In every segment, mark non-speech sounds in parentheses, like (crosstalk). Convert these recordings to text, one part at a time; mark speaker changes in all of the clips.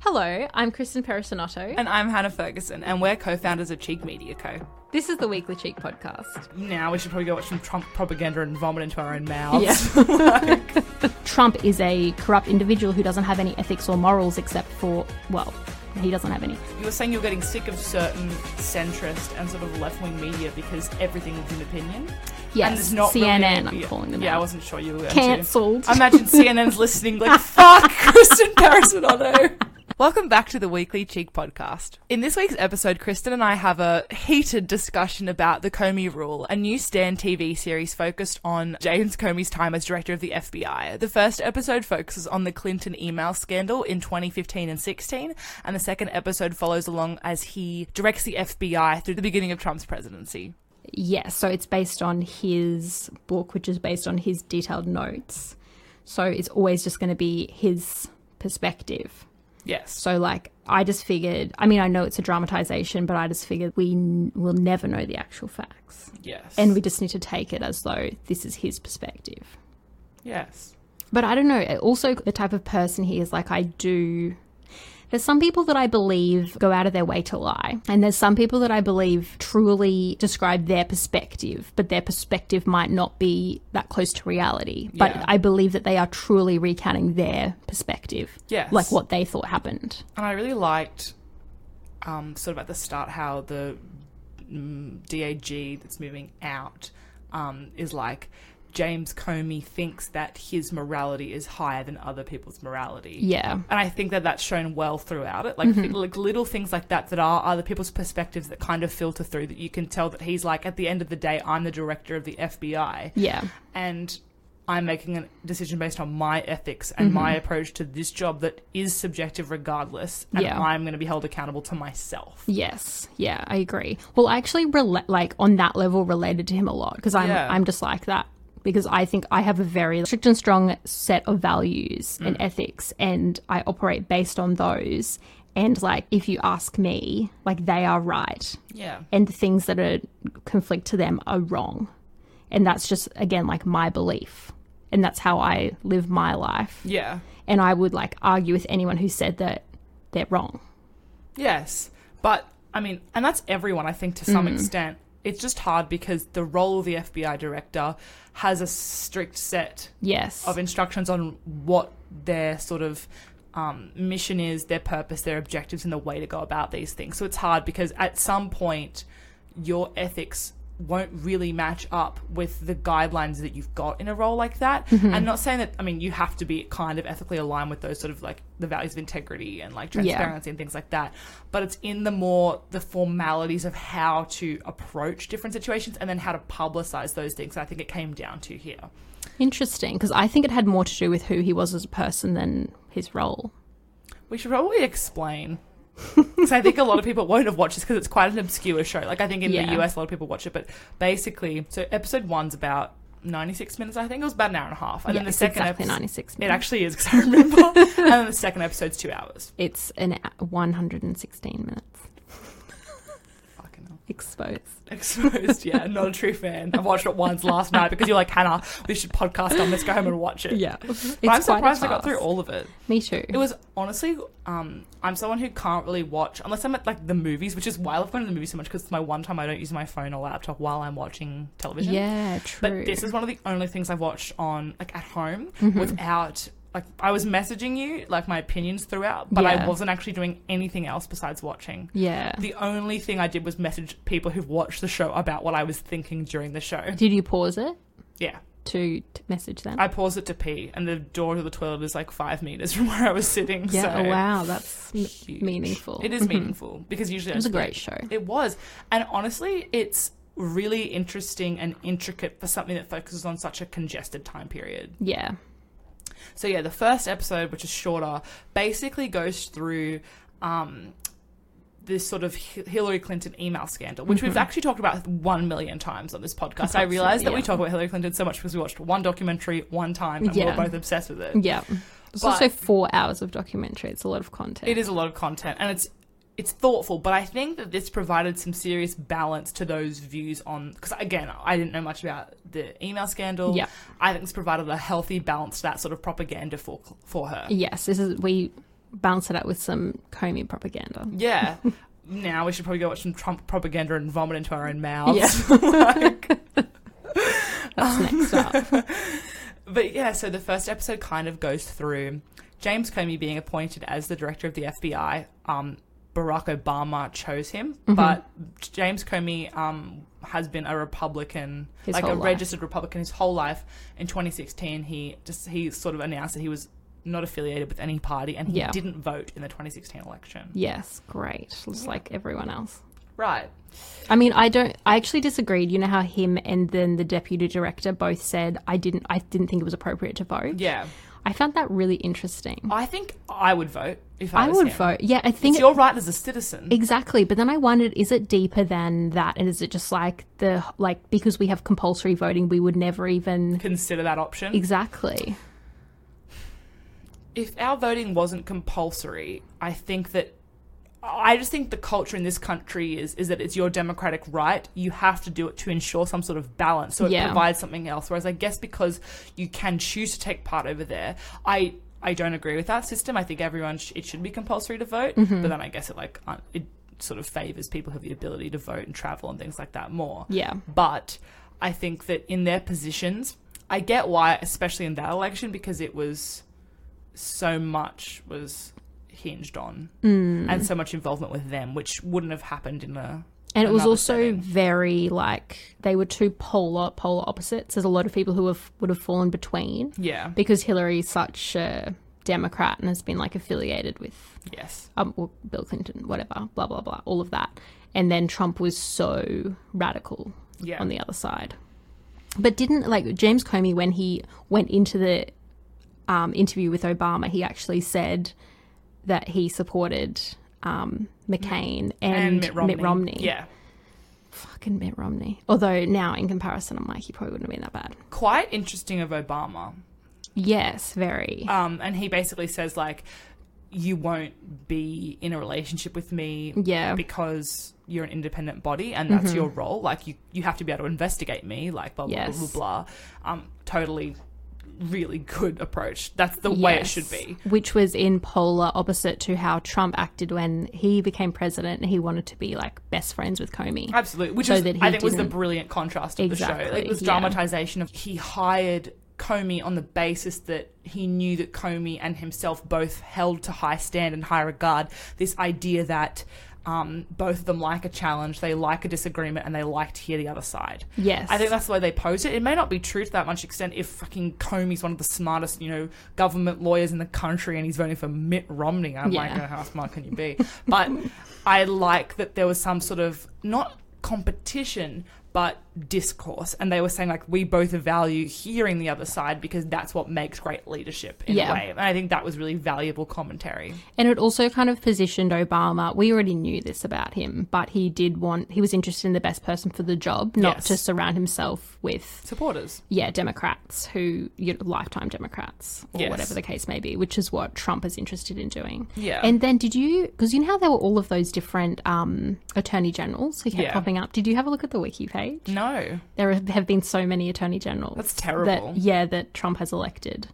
Speaker 1: Hello, I'm Kristen Perisonotto.
Speaker 2: And I'm Hannah Ferguson, and we're co founders of Cheek Media Co.
Speaker 1: This is the Weekly Cheek podcast.
Speaker 2: Now we should probably go watch some Trump propaganda and vomit into our own mouths.
Speaker 1: Yeah.
Speaker 2: Like,
Speaker 3: Trump is a corrupt individual who doesn't have any ethics or morals except for, well, he doesn't have any.
Speaker 2: you were saying (laughs) you're getting sick of certain centrist and sort of left wing media because everything is an opinion.
Speaker 3: Yes,
Speaker 2: and it's not really
Speaker 3: CNN,
Speaker 2: an-
Speaker 3: I'm
Speaker 2: yeah,
Speaker 3: calling them
Speaker 2: Yeah, I
Speaker 3: out.
Speaker 2: wasn't sure you were going to.
Speaker 3: Cancelled.
Speaker 2: I imagine CNN's listening, like, fuck, Kristen Parisonotto. Welcome back to the Weekly Cheek Podcast. In this week's episode, Kristen and I have a heated discussion about the Comey Rule, a new Stan TV series focused on James Comey's time as director of the FBI. The first episode focuses on the Clinton email scandal in 2015 and 16, and the second episode follows along as he directs the FBI through the beginning of Trump's presidency.
Speaker 3: Yes, so it's based on his book, which is based on his detailed notes. So it's always just going to be his perspective.
Speaker 2: Yes.
Speaker 3: So, like, I just figured, I mean, I know it's a dramatization, but I just figured we n- will never know the actual facts.
Speaker 2: Yes.
Speaker 3: And we just need to take it as though this is his perspective.
Speaker 2: Yes.
Speaker 3: But I don't know. Also, the type of person he is, like, I do. There's some people that I believe go out of their way to lie, and there's some people that I believe truly describe their perspective, but their perspective might not be that close to reality. But
Speaker 2: Yeah.
Speaker 3: I believe that they are truly recounting their perspective,
Speaker 2: Yes.
Speaker 3: like what they thought happened.
Speaker 2: And I really liked, um, sort of at the start, how the mm, DAG that's moving out um, is like James Comey thinks that his morality is higher than other people's morality.
Speaker 3: Yeah.
Speaker 2: And I think that that's shown well throughout it. Like, thi- like little things like that that are other people's perspectives that kind of filter through that you can tell that he's like, at the end of the day, I'm the director of the FBI
Speaker 3: Yeah.
Speaker 2: and I'm making a decision based on my ethics and my approach to this job that is subjective regardless, and
Speaker 3: Yeah.
Speaker 2: I'm going to be held accountable to myself.
Speaker 3: Yes, yeah, I agree. Well, I actually rela- like on that level related to him a lot because I'm
Speaker 2: Yeah.
Speaker 3: I'm just like that because I think I have a very strict and strong set of values and ethics and I operate based on those and like if you ask me, like they are right
Speaker 2: Yeah.
Speaker 3: and the things that are conflict to them are wrong. And that's just again like my belief and that's how I live my life.
Speaker 2: Yeah.
Speaker 3: And I would like argue with anyone who said that they're wrong.
Speaker 2: Yes. But, I mean, and that's everyone, I think, to some extent. It's just hard because the role of the FBI director has a strict set
Speaker 3: Yes.
Speaker 2: of instructions on what their sort of um, mission is, their purpose, their objectives, and the way to go about these things. So it's hard because at some point, your ethics won't really match up with the guidelines that you've got in a role like that. I'm not saying that, I mean, you have to be kind of ethically aligned with those sort of like the values of integrity and like
Speaker 3: Yeah.
Speaker 2: transparency and things like that. But it's in the more the formalities of how to approach different situations and then how to publicize those things. I think it came down to here.
Speaker 3: Interesting, because I think it had more to do with who he was as a person than his role.
Speaker 2: We should probably
Speaker 3: (laughs)
Speaker 2: explain. Because I think a lot of people won't have watched this because it's quite an obscure show. Like, I think in
Speaker 3: Yeah.
Speaker 2: the US, a lot of people watch it. But basically, so episode one's about 96 minutes, I think. It was about an hour and a half. And
Speaker 3: yeah,
Speaker 2: then the
Speaker 3: it's
Speaker 2: second
Speaker 3: exactly
Speaker 2: episode.
Speaker 3: 96
Speaker 2: It
Speaker 3: minutes.
Speaker 2: actually is because
Speaker 3: (laughs)
Speaker 2: I remember. and then the second episode's two hours.
Speaker 3: it's an a- 116 minutes
Speaker 2: Fucking hell.
Speaker 3: exposed.
Speaker 2: Exposed, yeah. Not a true fan. I watched it once last night because you're like, Hannah, we should podcast on this. Go home and watch it.
Speaker 3: it's
Speaker 2: But I'm
Speaker 3: quite a
Speaker 2: surprised I got
Speaker 3: task.
Speaker 2: through all of it.
Speaker 3: Me too.
Speaker 2: It was honestly, um, I'm someone who can't really watch unless I'm at like the movies, which is why I love going to the movies so much because it's my one time I don't use my phone or laptop while I'm watching television.
Speaker 3: yeah, true. Mm-hmm.
Speaker 2: But this is one of the only things I've watched on like at home without like I was messaging you like my opinions throughout, but I
Speaker 3: Yeah.
Speaker 2: wasn't actually doing anything else besides watching.
Speaker 3: yeah.
Speaker 2: The only thing I did was message people who've watched the show about what I was thinking during the show.
Speaker 3: Did you pause it
Speaker 2: Yeah.
Speaker 3: to, to message them?
Speaker 2: I paused it to pee and the door to the toilet is like five meters from (laughs) where I was sitting.
Speaker 3: yeah.
Speaker 2: so
Speaker 3: oh, wow, that's m-
Speaker 2: huge.
Speaker 3: meaningful. Mm-hmm.
Speaker 2: It is meaningful because usually
Speaker 3: It was
Speaker 2: I
Speaker 3: a
Speaker 2: just-
Speaker 3: great show.
Speaker 2: It was, and honestly, it's really interesting and intricate for something that focuses on such a congested time period.
Speaker 3: Yeah.
Speaker 2: So yeah, the first episode, which is shorter, basically goes through. Um, this sort of Hi- Hillary Clinton email scandal, which
Speaker 3: Mm-hmm.
Speaker 2: we've actually talked about one million times on this podcast. I
Speaker 3: Constantly,
Speaker 2: realized that we
Speaker 3: yeah.
Speaker 2: talk about Hillary Clinton so much because we watched one documentary one time and we
Speaker 3: Yeah.
Speaker 2: were both obsessed with it.
Speaker 3: Yeah. It's
Speaker 2: But-
Speaker 3: also four hours of documentary. It's a lot of content.
Speaker 2: It is a lot of content, and it's it's thoughtful, but I think that this provided some serious balance to those views on because again, I didn't know much about the email scandal.
Speaker 3: Yeah.
Speaker 2: I think it's provided a healthy balance to that sort of propaganda for for her.
Speaker 3: Yes, this is we balance it out with some Comey propaganda.
Speaker 2: (laughs) Yeah. now we should probably go watch some Trump propaganda and vomit into our own mouths.
Speaker 3: Yes.
Speaker 2: Like-
Speaker 3: That's next up.
Speaker 2: (laughs) but yeah, so the first episode kind of goes through James Comey being appointed as the director of the FBI. Um, Barack Obama chose him, but James Comey um, has been a Republican,
Speaker 3: His
Speaker 2: like a
Speaker 3: whole life.
Speaker 2: registered Republican, his whole life. In 2016, he just he sort of announced that he was not affiliated with any party, and he
Speaker 3: Yeah.
Speaker 2: didn't vote in the 2016 election.
Speaker 3: Yes, great. Just like everyone else.
Speaker 2: Right.
Speaker 3: I mean, I don't. I actually disagreed. You know how him and then the deputy director both said I didn't. I didn't think it was appropriate to vote.
Speaker 2: Yeah.
Speaker 3: I found that really interesting.
Speaker 2: I think I would vote if I,
Speaker 3: I
Speaker 2: was
Speaker 3: would
Speaker 2: him.
Speaker 3: vote. Yeah, I think
Speaker 2: It's your right as a citizen.
Speaker 3: Exactly, but then I wondered, is it deeper than that, and is it just like the like because we have compulsory voting, we would never even
Speaker 2: Consider that option.
Speaker 3: exactly.
Speaker 2: if our voting wasn't compulsory, I think that I just think the culture in this country is is that it's your democratic right. You have to do it to ensure some sort of balance, so it
Speaker 3: Yeah.
Speaker 2: provides something else. Whereas I guess because you can choose to take part over there, I. I don't agree with that system. I think everyone sh- it should be compulsory to vote, but then I guess it like un- it sort of favors people who have the ability to vote and travel and things like that more.
Speaker 3: Yeah.
Speaker 2: But I think that in their positions, I get why, especially in that election, because it was so much was hinged on
Speaker 3: Mm.
Speaker 2: and so much involvement with them, which wouldn't have happened in a.
Speaker 3: And it was
Speaker 2: another
Speaker 3: also
Speaker 2: setting.
Speaker 3: very like they were two polar polar opposites. There's a lot of people who have would have fallen between
Speaker 2: Yeah.
Speaker 3: because Hillary's such a Democrat and has been like affiliated with
Speaker 2: Yes.
Speaker 3: um, well, Bill Clinton, whatever, blah blah blah, all of that. And then Trump was so radical
Speaker 2: Yeah.
Speaker 3: on the other side. But didn't like James Comey when he went into the um, interview with Obama, he actually said that he supported um, McCain and, Mitt Romney.
Speaker 2: Yeah.
Speaker 3: fucking Mitt Romney. Although now in comparison, I'm like he probably wouldn't have been that bad.
Speaker 2: Quite interesting of Obama.
Speaker 3: Yes, very.
Speaker 2: Um, and he basically says, like, you won't be in a relationship with me
Speaker 3: yeah, Mm-hmm.
Speaker 2: because you're an independent body and that's your role. Like you, you have to be able to investigate me. Like blah blah blah
Speaker 3: Yes.
Speaker 2: blah blah. Um, totally, really good approach. That's the way it should
Speaker 3: Yes.
Speaker 2: be.
Speaker 3: Which was in polar opposite to how Trump acted when he became president and he wanted to be like best friends with Comey.
Speaker 2: Absolutely, which
Speaker 3: So
Speaker 2: is
Speaker 3: that he
Speaker 2: I think was the
Speaker 3: didn't-
Speaker 2: brilliant contrast of the show. Like
Speaker 3: Exactly,
Speaker 2: this
Speaker 3: yeah.
Speaker 2: dramatization of he hired Comey on the basis that he knew that Comey and himself both held to high stand and high regard this idea that. Um, both of them like a challenge, they like a disagreement, and they like to hear the other side.
Speaker 3: Yes.
Speaker 2: I think that's the way they posed it. It may not be true to that much extent if fucking Comey's one of the smartest, you know, government lawyers in the country and he's voting for Mitt Romney. I'm like,
Speaker 3: Yeah.
Speaker 2: oh, how smart can you be? But I like that there was some sort of not competition but discourse and they were saying like we both value hearing the other side because that's what makes great leadership in
Speaker 3: Yeah.
Speaker 2: a way and i think that was really valuable commentary
Speaker 3: And it also kind of positioned Obama. We already knew this about him, but he did want, he was interested in the best person for the job, not
Speaker 2: Yes.
Speaker 3: to surround himself with,
Speaker 2: supporters
Speaker 3: yeah, Democrats who, you know, lifetime Democrats or
Speaker 2: Yes.
Speaker 3: whatever the case may be, which is what Trump is interested in doing.
Speaker 2: Yeah.
Speaker 3: And then did you, because you know how there were all of those different um, attorney generals who kept
Speaker 2: Yeah.
Speaker 3: popping up. Did you have a look at the wiki page?
Speaker 2: no
Speaker 3: There have been so many attorney generals.
Speaker 2: That's terrible.
Speaker 3: That, yeah, that Trump has elected.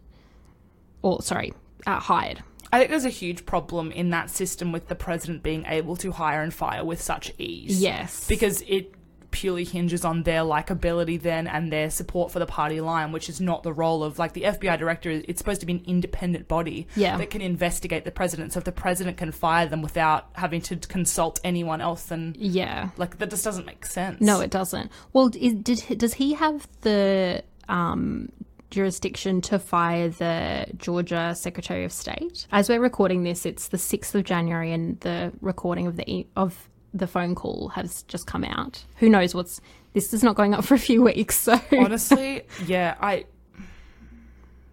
Speaker 3: Or, sorry, uh, hired.
Speaker 2: I think there's a huge problem in that system with the president being able to hire and fire with such ease.
Speaker 3: Yes.
Speaker 2: Because it purely hinges on their likability then and their support for the party line, which is not the role of like the FBI director is it's supposed to be an independent body
Speaker 3: Yeah.
Speaker 2: that can investigate the president. So if the president can fire them without having to consult anyone else then
Speaker 3: Yeah.
Speaker 2: like that just doesn't make sense.
Speaker 3: No, it doesn't. Well, is, did does he have the um, jurisdiction to fire the Georgia Secretary of State? As we're recording this, it's the sixth of January, and the recording of the e- of the phone call has just come out. Who knows what's this is not going up for a few weeks, so
Speaker 2: honestly, yeah, I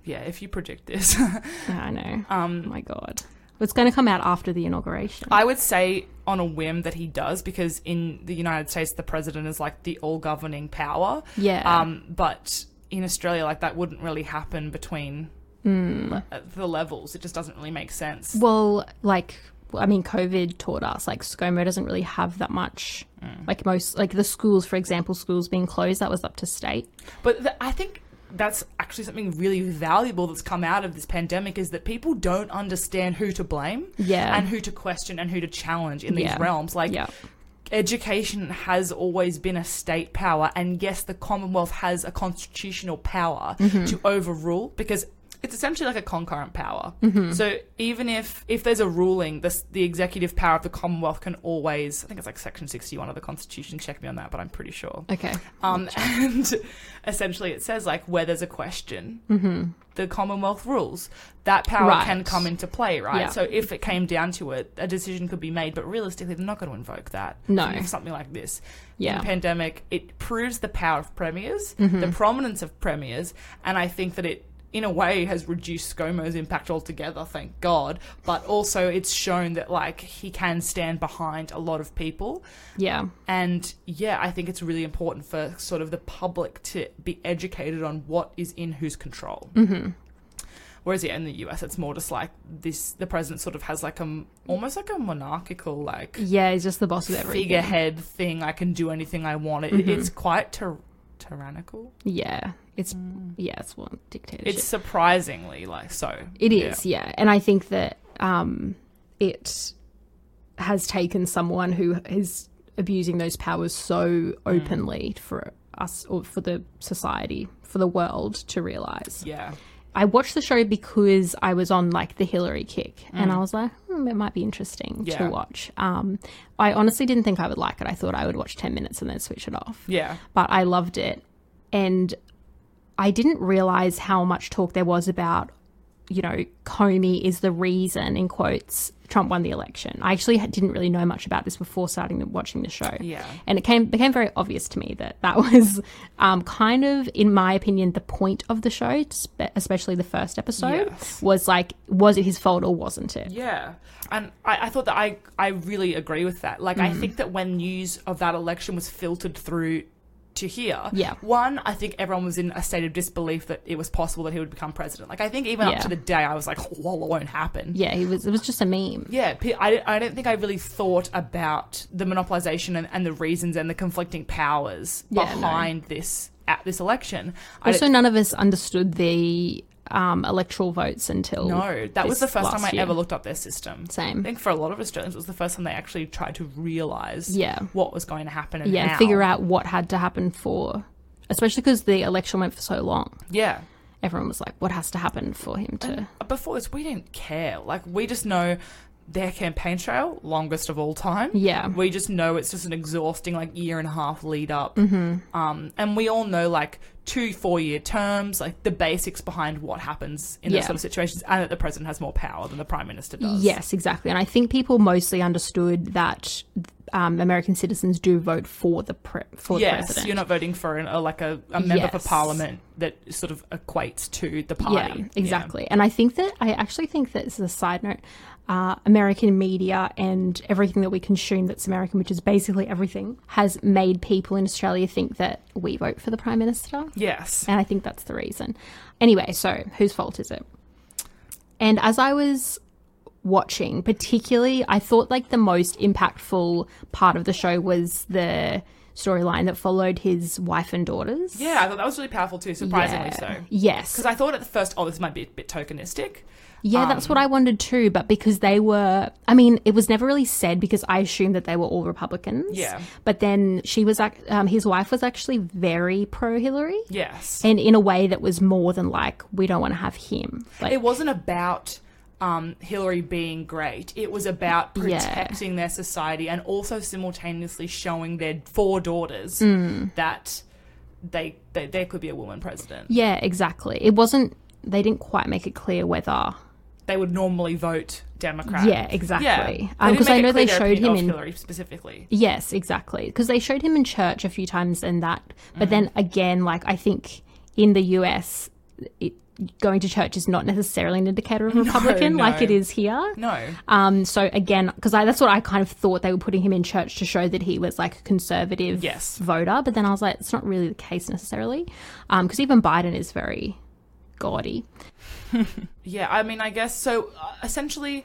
Speaker 2: yeah, if you predict this,
Speaker 3: (laughs)
Speaker 2: (laughs)
Speaker 3: I know. Um, oh my God, it's going to come out after the inauguration.
Speaker 2: I would say on a whim that he does because in the United States the president is like the all governing power.
Speaker 3: Yeah.
Speaker 2: Um, but in Australia, like that wouldn't really happen between
Speaker 3: Hmm.
Speaker 2: le- uh, the levels. It just doesn't really make sense.
Speaker 3: Well, like I mean, COVID taught us like ScoMo doesn't really have that much.
Speaker 2: Mm.
Speaker 3: Like most, like the schools, for example, schools being closed, that was up to state.
Speaker 2: But th- I think that's actually something really valuable that's come out of this pandemic is that people don't understand who to blame
Speaker 3: Yeah.
Speaker 2: and who to question and who to challenge in these
Speaker 3: Yeah.
Speaker 2: realms. Like
Speaker 3: yeah.
Speaker 2: education has always been a state power, and yes, the Commonwealth has a constitutional power to overrule because it's essentially like a concurrent power. So even if if there's a ruling, this, the executive power of the Commonwealth can always I think it's like Section 61 of the Constitution. Check me on that, but I'm pretty sure.
Speaker 3: Okay.
Speaker 2: Um, (laughs) and essentially, it says like where there's a question, the Commonwealth rules. That power
Speaker 3: Mm-hmm. Right.
Speaker 2: can come into play, right?
Speaker 3: Yeah.
Speaker 2: So if it came down to it, a decision could be made, but realistically, they're not going to invoke that.
Speaker 3: No.
Speaker 2: From something like this.
Speaker 3: Yeah. Mm-hmm.
Speaker 2: The pandemic it proves the power of premiers, the prominence of premiers, and I think that it. In a way, has reduced ScoMo's impact altogether, thank God. But also, it's shown that like he can stand behind a lot of people,
Speaker 3: Yeah.
Speaker 2: and yeah, I think it's really important for sort of the public to be educated on what is in whose control. Mm-hmm. Whereas yeah, in the US, it's more just like this: the president sort of has like a m- almost like a monarchical like
Speaker 3: Yeah, he's just the boss of everything.
Speaker 2: figurehead thing. I can do anything I want. It, It's quite tyr- tyrannical.
Speaker 3: Yeah. It's yeah, it's one dictatorship.
Speaker 2: Mm. It's surprisingly like so.
Speaker 3: It
Speaker 2: yeah.
Speaker 3: is, yeah. And I think that um, it has taken someone who is abusing those powers
Speaker 2: Mm.
Speaker 3: so openly for us or for the society, for the world to realize.
Speaker 2: Yeah.
Speaker 3: I watched the show because I was on like the Hillary kick and I was like, hmm, it might be interesting
Speaker 2: Yeah.
Speaker 3: to watch. Um, I honestly didn't think I would like it. I thought I would watch 10 minutes and then switch it off
Speaker 2: Yeah.
Speaker 3: but I loved it. And I didn't realize how much talk there was about, you know, Comey is the reason, in quotes, Trump won the election. I actually ha- didn't really know much about this before starting the, watching the show.
Speaker 2: Yeah.
Speaker 3: And it came became very obvious to me that (laughs) that was um, kind of, in my opinion, the point of the show, spe- especially the first episode,
Speaker 2: Yes.
Speaker 3: was like, was it his fault or wasn't it?
Speaker 2: Yeah, and I, I thought that I I really agree with that. Like,
Speaker 3: Mm.
Speaker 2: I think that when news of that election was filtered through to here,
Speaker 3: Yeah.
Speaker 2: one, I think everyone was in a state of disbelief that it was possible that he would become president. Like, I think even
Speaker 3: Yeah.
Speaker 2: up to the day, I was like, oh, well, it won't happen.
Speaker 3: Yeah, he was. It was just a meme.
Speaker 2: Yeah, pe- I, don't- I don't think I really thought about the monopolization and, and the reasons and the conflicting powers
Speaker 3: Yeah, no.
Speaker 2: behind this at this election. I
Speaker 3: Also,
Speaker 2: don't-
Speaker 3: none of us understood the um, electoral votes until
Speaker 2: no, that was
Speaker 3: this
Speaker 2: the first time I
Speaker 3: last year.
Speaker 2: ever looked up their system. I
Speaker 3: Same.
Speaker 2: think for a lot of Australians, it was the first time they actually tried to realize
Speaker 3: Yeah.
Speaker 2: what was going to happen and
Speaker 3: Yeah,
Speaker 2: how.
Speaker 3: figure out what had to happen for, especially because the election went for so long.
Speaker 2: Yeah.
Speaker 3: Everyone was like, "What has to happen for him to?"
Speaker 2: Before this, we didn't care. Like, we just know their campaign trail, longest of all time.
Speaker 3: Yeah.
Speaker 2: We just know it's just an exhausting, like, year and a half lead up.
Speaker 3: Mm-hmm.
Speaker 2: Um, and we all know, like, two four year terms, like, the basics behind what happens in
Speaker 3: Yeah.
Speaker 2: those sort of situations, and that the president has more power than the prime minister does.
Speaker 3: Yes, exactly. And I think people mostly understood that um, American citizens do vote for the pre- for the
Speaker 2: yes,
Speaker 3: president.
Speaker 2: you're not voting for an, a, like a, a member
Speaker 3: Yes.
Speaker 2: for parliament that sort of equates to the party.
Speaker 3: yeah, exactly. And I think that I actually think that this is a side note. Uh, American media and everything that we consume that's American, which is basically everything, has made people in Australia think that we vote for the prime minister.
Speaker 2: Yes.
Speaker 3: And I think that's the reason. Anyway, so whose fault is it? And as I was watching, particularly, I thought like the most impactful part of the show was the storyline that followed his wife and daughters.
Speaker 2: Yeah, I thought that was really powerful too, surprisingly
Speaker 3: Yeah.
Speaker 2: so.
Speaker 3: Yes.
Speaker 2: Because I thought at the first, oh, this might be a bit tokenistic.
Speaker 3: Yeah, that's what I
Speaker 2: Um,
Speaker 3: wondered too. But because they were, I mean, it was never really said because I assumed that they were all Republicans.
Speaker 2: Yeah.
Speaker 3: But then she was, ac- um, his wife was actually very pro Hillary.
Speaker 2: Yes.
Speaker 3: And in a way that was more than like, we don't want to have him. Like,
Speaker 2: it wasn't about um, Hillary being great. It was about
Speaker 3: Yeah.
Speaker 2: protecting their society and also simultaneously showing their four daughters
Speaker 3: Hmm.
Speaker 2: that they, they there could be a woman president.
Speaker 3: yeah, exactly. It wasn't, they didn't quite make it clear whether.
Speaker 2: They would normally vote Democrat.
Speaker 3: Yeah,
Speaker 2: Yeah.
Speaker 3: exactly.
Speaker 2: They didn't
Speaker 3: Because
Speaker 2: make
Speaker 3: I
Speaker 2: it
Speaker 3: know they
Speaker 2: clear their
Speaker 3: showed
Speaker 2: opinion
Speaker 3: him
Speaker 2: of
Speaker 3: in.
Speaker 2: Hillary specifically.
Speaker 3: Yes, exactly. Because they showed him in church a few times and that. But then
Speaker 2: Mm-hmm.
Speaker 3: again, like, I think in the US, it, going to church is not necessarily an indicator of Republican
Speaker 2: (laughs) no.
Speaker 3: like it is here.
Speaker 2: No.
Speaker 3: Um, so again, because that's what I kind of thought they were putting him in church to show that he was like a conservative
Speaker 2: Yes.
Speaker 3: voter. But then I was like, it's not really the case necessarily. Because even Biden is very gaudy.
Speaker 2: Yeah, I mean, I guess so. Uh, essentially,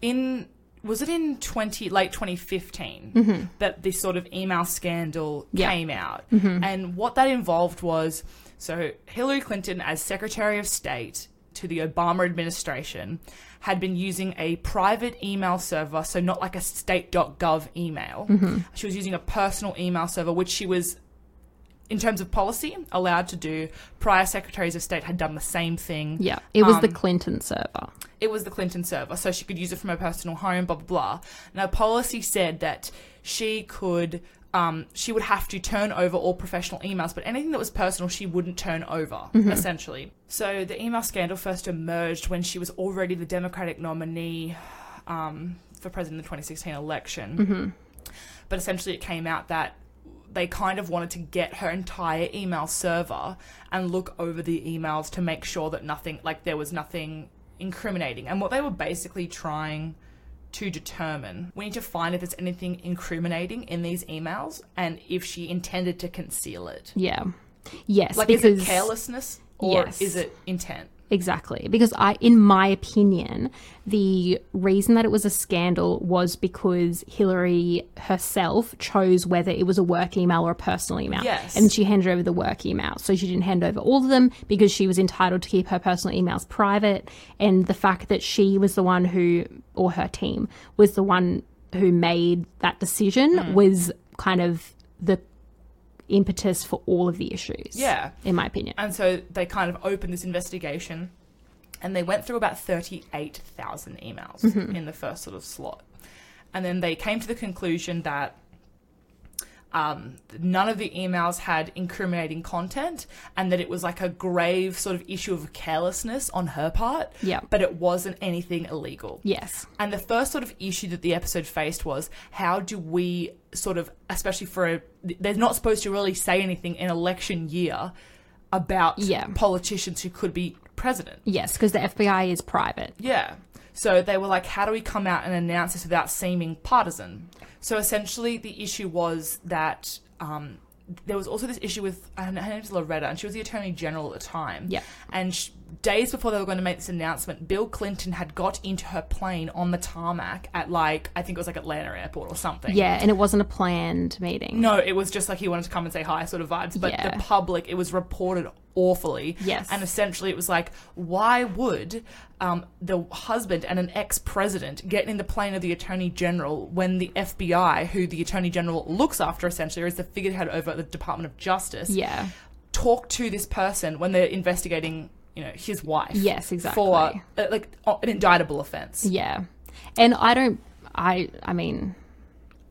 Speaker 2: in was it in twenty late twenty that this sort of email scandal
Speaker 3: Yeah.
Speaker 2: came out, and what that involved was So, Hillary Clinton, as Secretary of State to the Obama administration, had been using a private email server, so not like a state.gov email. She was using a personal email server, which she was, in terms of policy, allowed to do. Prior Secretaries of State had done the same thing.
Speaker 3: Yeah. It was the
Speaker 2: Um,
Speaker 3: Clinton server.
Speaker 2: It was the Clinton server, so she could use it from her personal home, blah, blah, blah. Now, policy said that she could. Um, she would have to turn over all professional emails, but anything that was personal, she wouldn't turn over, essentially. So the email scandal first emerged when she was already the Democratic nominee um, for president of the 2016 election.
Speaker 3: Mm-hmm.
Speaker 2: But essentially, it came out that they kind of wanted to get her entire email server and look over the emails to make sure that nothing, like there was nothing incriminating. And what they were basically trying to determine, we need to find if there's anything incriminating in these emails and if she intended to conceal it.
Speaker 3: Yeah. Yes.
Speaker 2: Like,
Speaker 3: because
Speaker 2: is it carelessness or
Speaker 3: Yes.
Speaker 2: is it intent?
Speaker 3: Exactly. Because I in my opinion, the reason that it was a scandal was because Hillary herself chose whether it was a work email or a personal email.
Speaker 2: Yes.
Speaker 3: And she handed over the work email. So she didn't hand over all of them because she was entitled to keep her personal emails private and the fact that she was the one who or her team was the one who made that decision
Speaker 2: Mm.
Speaker 3: was kind of the impetus for all of the issues.
Speaker 2: Yeah.
Speaker 3: In my opinion.
Speaker 2: And so they kind of opened this investigation and they went through about 38,000 emails in the first sort of slot. And then they came to the conclusion that um, none of the emails had incriminating content and that it was like a grave sort of issue of carelessness on her part,
Speaker 3: Yeah.
Speaker 2: but it wasn't anything illegal.
Speaker 3: Yes.
Speaker 2: And the first sort of issue that the episode faced was how do we sort of, especially for a, they're not supposed to really say anything in election year about
Speaker 3: Yeah.
Speaker 2: politicians who could be president.
Speaker 3: Yes, because the FBI is private.
Speaker 2: Yeah. So they were like, how do we come out and announce this without seeming partisan? So essentially, the issue was that um, there was also this issue with and her name's Loretta, and she was the Attorney General at the time.
Speaker 3: Yeah.
Speaker 2: And sh days before they were going to make this announcement, Bill Clinton had got into her plane on the tarmac at like I think it was like Atlanta Airport or something.
Speaker 3: Yeah, and it wasn't a planned meeting.
Speaker 2: No, it was just like he wanted to come and say hi, sort of vibes. But
Speaker 3: Yeah.
Speaker 2: the public, it was reported awfully.
Speaker 3: Yes.
Speaker 2: And essentially, it was like, why would um, the husband and an ex president get in the plane of the attorney general when the FBI, who the attorney general looks after essentially, or is the figurehead over at the Department of Justice,
Speaker 3: Yeah.
Speaker 2: talk to this person when they're investigating, you know, his wife?
Speaker 3: Yes, exactly.
Speaker 2: For uh, like uh, an indictable offense.
Speaker 3: Yeah. And I don't I I mean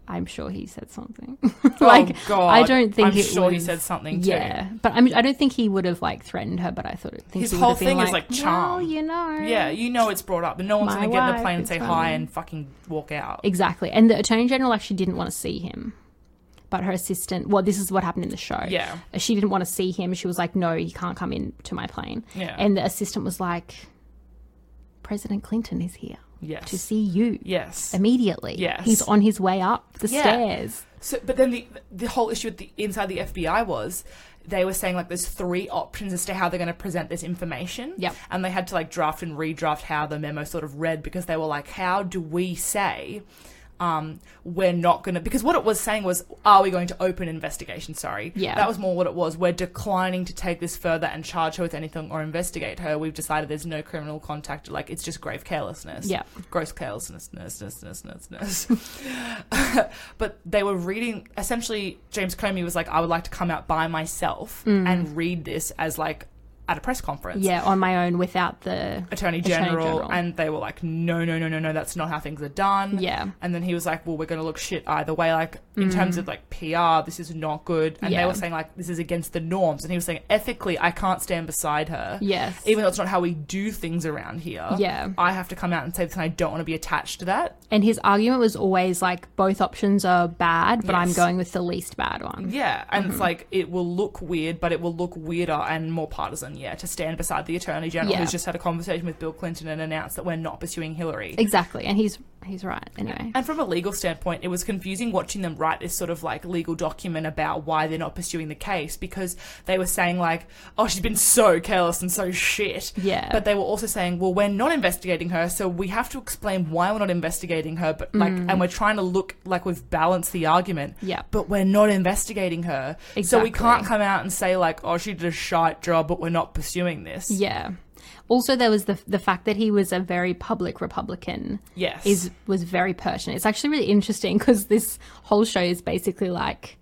Speaker 3: I'm sure he said something. (laughs) like
Speaker 2: God.
Speaker 3: I don't think
Speaker 2: I'm
Speaker 3: it
Speaker 2: sure he
Speaker 3: was-
Speaker 2: said something Oh, too.
Speaker 3: Yeah. But I mean I don't think he would have like threatened her, but I thought it think
Speaker 2: His
Speaker 3: he would
Speaker 2: whole
Speaker 3: have been
Speaker 2: thing is, like, charm.
Speaker 3: Well, you know.
Speaker 2: Yeah, you know it's brought up, but no one's
Speaker 3: My
Speaker 2: going to get in the
Speaker 3: wife
Speaker 2: plane and say
Speaker 3: is
Speaker 2: hi
Speaker 3: running.
Speaker 2: and fucking walk out.
Speaker 3: Exactly. And the Attorney General actually didn't want to see him. But her assistant, well, this is what happened in the show. Uh,
Speaker 2: Yeah.
Speaker 3: She didn't want to see him. She was like, no, you can't come in to my plane.
Speaker 2: Yeah.
Speaker 3: And the assistant was like, President Clinton is here
Speaker 2: Yes.
Speaker 3: to see you
Speaker 2: yes.
Speaker 3: immediately.
Speaker 2: Yes.
Speaker 3: He's on his way up the
Speaker 2: Yeah.
Speaker 3: stairs.
Speaker 2: So, but then the the whole issue with the, inside the FBI was they were saying like there's three options as to how they're going to present this information.
Speaker 3: Yep.
Speaker 2: And they had to like draft and redraft how the memo sort of read because they were like, how do we say? Um, we're not going to because what it was saying was, are we going to open investigation? Sorry,
Speaker 3: Yeah.
Speaker 2: that was more what it was. We're declining to take this further and charge her with anything or investigate her. We've decided there's no criminal contact. Like it's just grave carelessness.
Speaker 3: Yeah.
Speaker 2: gross carelessness. Nurse, nurse, nurse, nurse, nurse. (laughs) but they were reading essentially james comey was like i would like to come out by myself and read this as like at a press conference
Speaker 3: Mm. Yeah, on my own without the.
Speaker 2: attorney
Speaker 3: Attorney
Speaker 2: general,
Speaker 3: General.
Speaker 2: and they were like no no no no no that's not how things are done
Speaker 3: Yeah.
Speaker 2: and then he was like well we're gonna look shit either way like in terms of like pr this is not good and they
Speaker 3: Mm. Yeah.
Speaker 2: were saying like this is against the norms and he was saying ethically i can't stand beside her
Speaker 3: Yes.
Speaker 2: even though it's not how we do things around here
Speaker 3: Yeah.
Speaker 2: i have to come out and say this and i don't want to be attached to that
Speaker 3: And his argument was always like, both options are bad, but I'm
Speaker 2: Yes.
Speaker 3: going with the least bad one.
Speaker 2: Yeah, and
Speaker 3: Mm-hmm.
Speaker 2: it's like it will look weird, but it will look weirder and more partisan. Yeah, to stand beside the attorney general
Speaker 3: Yeah.
Speaker 2: who's just had a conversation with Bill Clinton and announced that we're not pursuing Hillary.
Speaker 3: Exactly. And he's He's right. Anyway.
Speaker 2: And from a legal standpoint, it was confusing watching them write this sort of like legal document about why they're not pursuing the case because they were saying like, "Oh, she's been so careless and so shit."
Speaker 3: Yeah.
Speaker 2: But they were also saying, "Well, we're not investigating her, so we have to explain why we're not investigating her." But like,
Speaker 3: Mm.
Speaker 2: and we're trying to look like we've balanced the argument.
Speaker 3: Yeah.
Speaker 2: But we're not investigating her, so we
Speaker 3: Exactly.
Speaker 2: can't come out and say like, "Oh, she did a shite job," but we're not pursuing this.
Speaker 3: Yeah. Also, there was the the fact that he was a very public Republican.
Speaker 2: Yes.
Speaker 3: Is was very pertinent. It's actually really interesting because this whole show is basically like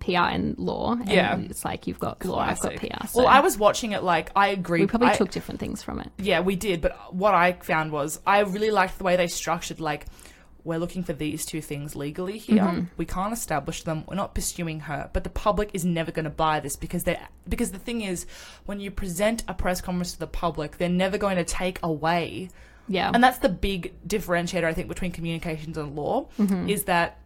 Speaker 3: PR and law. And
Speaker 2: Yeah.
Speaker 3: It's like you've got law,
Speaker 2: Classic.
Speaker 3: I've got PR. So
Speaker 2: Well, I was watching it like I agree.
Speaker 3: we probably
Speaker 2: I-
Speaker 3: took different things from it.
Speaker 2: Yeah, we did. But what I found was I really liked the way they structured, like, we're looking for these two things legally here.
Speaker 3: Mm-hmm.
Speaker 2: We can't establish them. We're not pursuing her. But the public is never going to buy this because they because the thing is, when you present a press conference to the public, they're never going to take away.
Speaker 3: Yeah.
Speaker 2: And that's the big differentiator, I think, between communications and law is that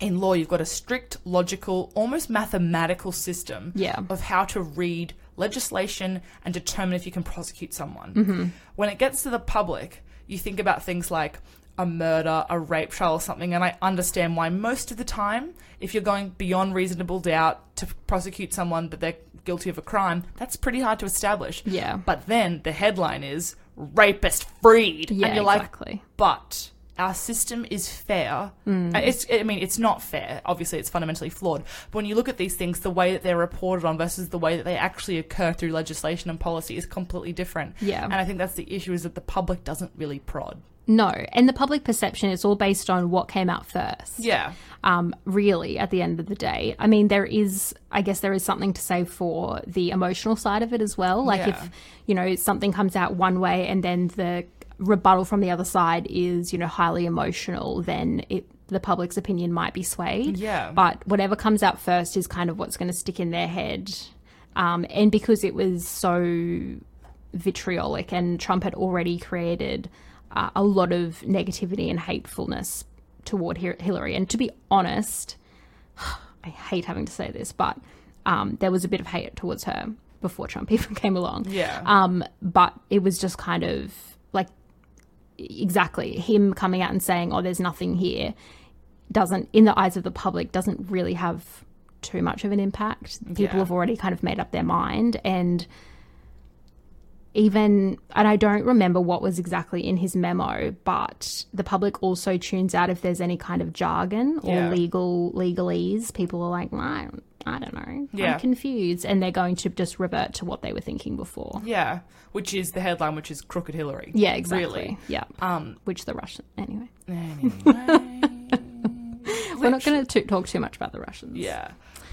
Speaker 2: in law, you've got a strict, logical, almost mathematical system
Speaker 3: Yeah.
Speaker 2: of how to read legislation and determine if you can prosecute someone.
Speaker 3: Mm-hmm.
Speaker 2: When it gets to the public, you think about things like a murder, a rape trial, or something, and I understand why most of the time, if you're going beyond reasonable doubt to prosecute someone that they're guilty of a crime, that's pretty hard to establish.
Speaker 3: Yeah.
Speaker 2: But then the headline is rapist freed.
Speaker 3: yeah.
Speaker 2: and you're like,
Speaker 3: exactly.
Speaker 2: but our system is fair.
Speaker 3: Mm.
Speaker 2: Uh, It's, I mean, it's not fair. Obviously, it's fundamentally flawed. But when you look at these things, the way that they're reported on versus the way that they actually occur through legislation and policy is completely different.
Speaker 3: Yeah.
Speaker 2: And I think that's the issue is that the public doesn't really prod.
Speaker 3: no. And the public perception is all based on what came out first.
Speaker 2: Yeah.
Speaker 3: um, really at the end of the day. I mean, there is, I guess, there is something to say for the emotional side of it as well. Like
Speaker 2: Yeah.
Speaker 3: if, you know, something comes out one way and then the rebuttal from the other side is, you know, highly emotional, then it, the public's opinion might be swayed.
Speaker 2: Yeah.
Speaker 3: But whatever comes out first is kind of what's going to stick in their head. Um, and because it was so vitriolic, and Trump had already created uh, a lot of negativity and hatefulness toward Hi- Hillary. And to be honest, (sighs) I hate having to say this, but um, there was a bit of hate towards her before Trump (laughs) even came along.
Speaker 2: Yeah.
Speaker 3: Um, but it was just kind of like exactly him coming out and saying, "Oh, there's nothing here," doesn't, in the eyes of the public, doesn't really have too much of an impact. People
Speaker 2: Yeah.
Speaker 3: have already kind of made up their mind, and even and I don't remember what was exactly in his memo, but the public also tunes out if there's any kind of jargon or
Speaker 2: Yeah.
Speaker 3: legal legalese. People are like, I don't, I don't know,
Speaker 2: Yeah.
Speaker 3: I'm confused, and they're going to just revert to what they were thinking before.
Speaker 2: Yeah. Which is the headline, which is Crooked Hillary.
Speaker 3: Yeah, exactly.
Speaker 2: Really.
Speaker 3: Yeah,
Speaker 2: Um,
Speaker 3: which the Russian anyway.
Speaker 2: anyway.
Speaker 3: (laughs) We're not going to talk too much about the Russians.
Speaker 2: Yeah.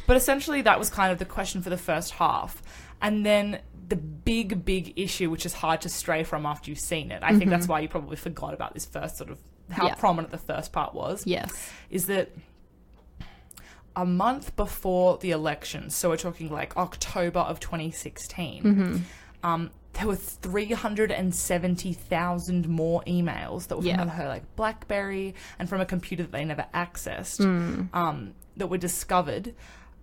Speaker 2: But essentially, that was kind of the question for the first half. And then the big, big issue, which is hard to stray from after you've seen it, I think that's why you probably forgot about this first sort of how
Speaker 3: Yeah.
Speaker 2: prominent the first part was,
Speaker 3: Yes.
Speaker 2: is that a month before the election, so we're talking like October of 2016, um, there were 370,000 more emails that were
Speaker 3: Yeah.
Speaker 2: from her like BlackBerry and from a computer that they never accessed um, that were discovered.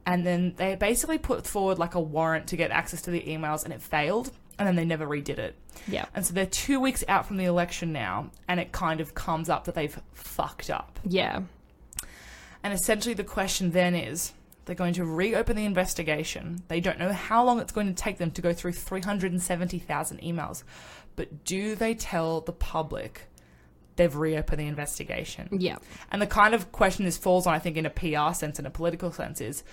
Speaker 2: And then they basically put forward like a warrant to get access to the emails and it failed. And then they never redid it.
Speaker 3: Yeah.
Speaker 2: And so they're two weeks out from the election now, and it kind of comes up that they've fucked up.
Speaker 3: Yeah.
Speaker 2: And essentially, the question then is they're going to reopen the investigation. They don't know how long it's going to take them to go through 370,000 emails. But do they tell the public they've reopened the investigation?
Speaker 3: Yeah.
Speaker 2: And the kind of question this falls on, I think, in a PR sense and a political sense is